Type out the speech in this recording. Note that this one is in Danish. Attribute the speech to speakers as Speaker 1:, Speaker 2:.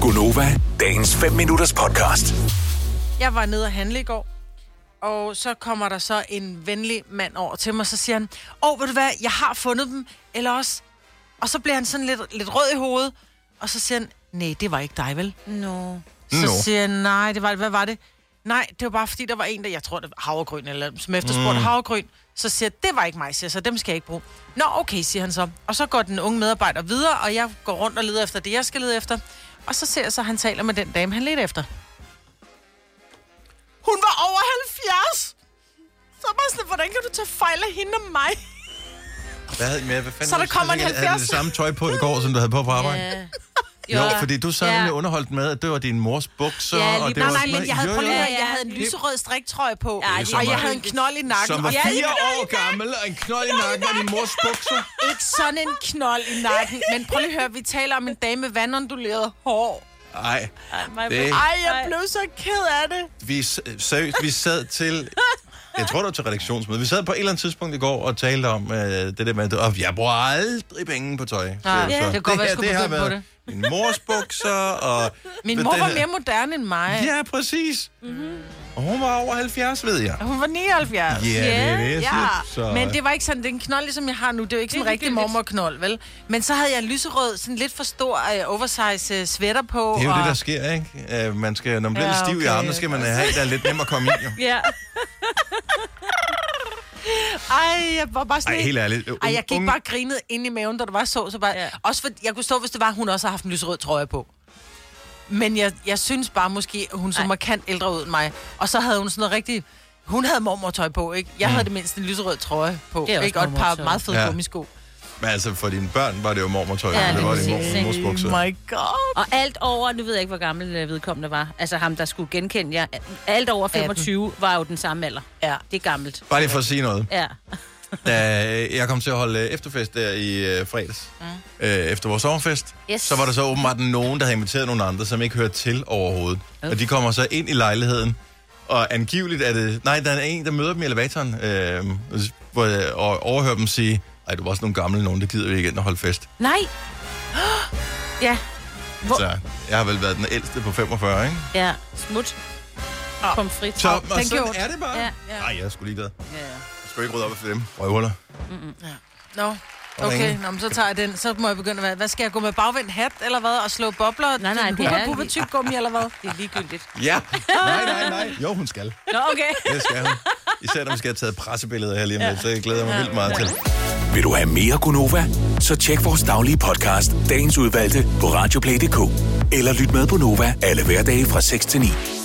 Speaker 1: Gunova, dagens 5 minutters podcast.
Speaker 2: Jeg var nede og handle i går, og så kommer der så en venlig mand over til mig, og så siger han, åh, oh, ved du hvad, jeg har fundet dem, eller også... Og så bliver han sådan lidt, lidt rød i hovedet, og så siger han, nej, det var ikke dig, vel?
Speaker 3: No.
Speaker 2: Så
Speaker 4: Nå.
Speaker 2: siger jeg, nej, det var, hvad var det? Nej, det var bare fordi, der var en, der, jeg tror, det var havregryn, eller som efterspurgte mm. havregryn. Så siger jeg, det var ikke mig, siger jeg, så dem skal jeg ikke bruge. Nå, okay, siger han så. Og så går den unge medarbejder videre, og jeg går rundt og leder efter det, jeg skal lede efter. Og så ser jeg så, at han taler med den dame, han ledte efter. Hun var over 70! Så er jeg bare sådan, hvordan kan du tage fejl af hende og mig?
Speaker 4: Hvad havde I med? Hvad fanden
Speaker 2: Så der
Speaker 4: var det,
Speaker 2: kommer en
Speaker 4: Er det- Er det
Speaker 2: 70'er?
Speaker 4: det samme tøj på i går, som du havde på på arbejde?
Speaker 3: Ja.
Speaker 4: Jo, fordi du sad nemlig underholdt med, at det var din mors bukser,
Speaker 3: Ja, lige
Speaker 4: og det
Speaker 3: præcis.
Speaker 2: Nej,
Speaker 4: var
Speaker 2: nej,
Speaker 4: sådan
Speaker 2: men
Speaker 4: noget-
Speaker 2: jeg havde,
Speaker 4: Jo,
Speaker 2: prøv lige at
Speaker 4: jo.
Speaker 2: høre, jeg havde en lyserød striktrøje på,
Speaker 3: Ej, det
Speaker 2: og
Speaker 4: var-
Speaker 2: jeg havde en knold i nakken.
Speaker 4: Som var
Speaker 2: og jeg
Speaker 4: fire år gammel, og en knold i nakken og din mors bukser.
Speaker 2: Ikke sådan en knold i nakken, men prøv lige at høre, vi taler om en dame med vandonduleret hår.
Speaker 4: Nej,
Speaker 3: Det-
Speaker 2: Ej, jeg blev så ked af det.
Speaker 4: vi, s- seriøst, vi sad til... Jeg tror, det var til redaktionsmøde. Vi sad på et eller andet tidspunkt i går og talte om øh, det der med, at oh, jeg bruger aldrig penge på tøj.
Speaker 2: Nej, ja, det kan godt være, jeg
Speaker 4: her,
Speaker 2: skulle
Speaker 4: har
Speaker 2: begynde på
Speaker 4: været Min mors bukser og...
Speaker 2: Min
Speaker 4: Men
Speaker 2: mor
Speaker 4: den
Speaker 2: var
Speaker 4: her-
Speaker 2: mere moderne end mig.
Speaker 4: Ja, præcis.
Speaker 2: Mhm.
Speaker 4: Og hun var over 70, ved jeg.
Speaker 2: Hun var 79.
Speaker 4: Ja, det er det,
Speaker 2: Ja,
Speaker 4: jeg siger. Så-
Speaker 2: men det var ikke sådan, den knold, ligesom jeg har nu, det er jo ikke sådan en
Speaker 3: Det er
Speaker 2: rigtig
Speaker 3: ligegyldigt.
Speaker 2: mormorknold, vel? Men så havde jeg lyserød, sådan lidt for stor øh, oversize øh, sweater på.
Speaker 4: Det er jo
Speaker 2: og...
Speaker 4: det, der sker, ikke? Øh, man skal, når man bliver
Speaker 2: Ja,
Speaker 4: ja, lidt stiv okay, i
Speaker 2: okay,
Speaker 4: armen, så skal man have det, der er lidt nemmere at komme ind. Jo.
Speaker 3: Ja.
Speaker 2: Ej, jeg var bare sådan...
Speaker 4: Ej, helt ærligt. Unge-
Speaker 2: Ej, jeg gik
Speaker 4: unge-
Speaker 2: bare og grinede ind i maven, da der var så. så bare, ja.
Speaker 3: Ja.
Speaker 2: Også for, jeg kunne stå, hvis det var, hun også har haft en lyserød trøje på. Men jeg, jeg synes bare måske, hun så
Speaker 3: Ej.
Speaker 2: markant ældre ud end mig. Og så havde hun sådan noget rigtig... Hun havde mormortøj på, ikke? Jeg mm. havde det mindst en lyserød trøje på,
Speaker 3: Det er også
Speaker 2: ikke? Og et par
Speaker 3: mormortøj.
Speaker 2: meget fede ja.
Speaker 4: Ja.
Speaker 2: gummisko.
Speaker 4: Men altså, for dine børn var det jo mormortøj,
Speaker 3: Ja,
Speaker 4: ja, det
Speaker 3: lige
Speaker 4: var din
Speaker 3: præcis,
Speaker 4: mor, mors
Speaker 3: ikke?
Speaker 4: bukser.
Speaker 2: Oh My God!
Speaker 3: Og alt over, nu ved jeg ikke, hvor gammel øh, vedkommende var, altså ham, der skulle genkende jer, alt over 25 var jo den samme alder.
Speaker 2: Ja.
Speaker 3: Det er gammelt.
Speaker 4: Bare lige for at sige noget.
Speaker 3: Ja.
Speaker 4: Da jeg kom til at holde efterfest der i øh, fredags, øh, efter vores sommerfest,
Speaker 3: Mm. Yes.
Speaker 4: så var der så åbenbart nogen, der havde inviteret nogle andre, som ikke hørte til overhovedet. Og de kommer så ind i lejligheden, og angiveligt er det... Nej, der er en, der møder dem i elevatoren, øh, hvor, jeg- og overhører dem sige, ej, du var også nogle gamle nogen, der gider vi ikke ind og holde fest.
Speaker 3: Nej. Ja. Hvor?
Speaker 4: Så jeg har vel været den ældste på 45, ikke?
Speaker 3: Ja. Smut. Pomfrit.
Speaker 4: Så, og
Speaker 2: den
Speaker 4: sådan
Speaker 2: gjorde-
Speaker 4: er det bare.
Speaker 3: Ja,
Speaker 4: Nej,
Speaker 3: ja.
Speaker 4: ja. jeg er sgu ligeglad.
Speaker 3: Ja.
Speaker 4: Jeg skal ikke rydde op efter dem. Røvhuller.
Speaker 2: Nå,
Speaker 4: Og
Speaker 2: okay,
Speaker 4: ringe.
Speaker 2: nå, men så tager jeg den. Så må jeg begynde at være, hvad skal jeg gå med bagvendt hat, eller hvad? Og slå bobler?
Speaker 3: Nej, nej, det er
Speaker 2: det er...
Speaker 3: lige-
Speaker 2: tyggegummi, eller hvad?
Speaker 3: Det er ligegyldigt.
Speaker 4: Ja. Nej, nej, nej. Jo, hun skal.
Speaker 3: Nå, okay.
Speaker 4: Det skal hun. Især når vi skal have taget pressebilleder her lige om lidt, så jeg glæder mig vildt meget til.
Speaker 1: Vil du have mere Gunova? Så tjek vores daglige podcast, dagens udvalgte, på radioplay.dk. Eller lyt med på Nova alle hverdage fra 6 til 9.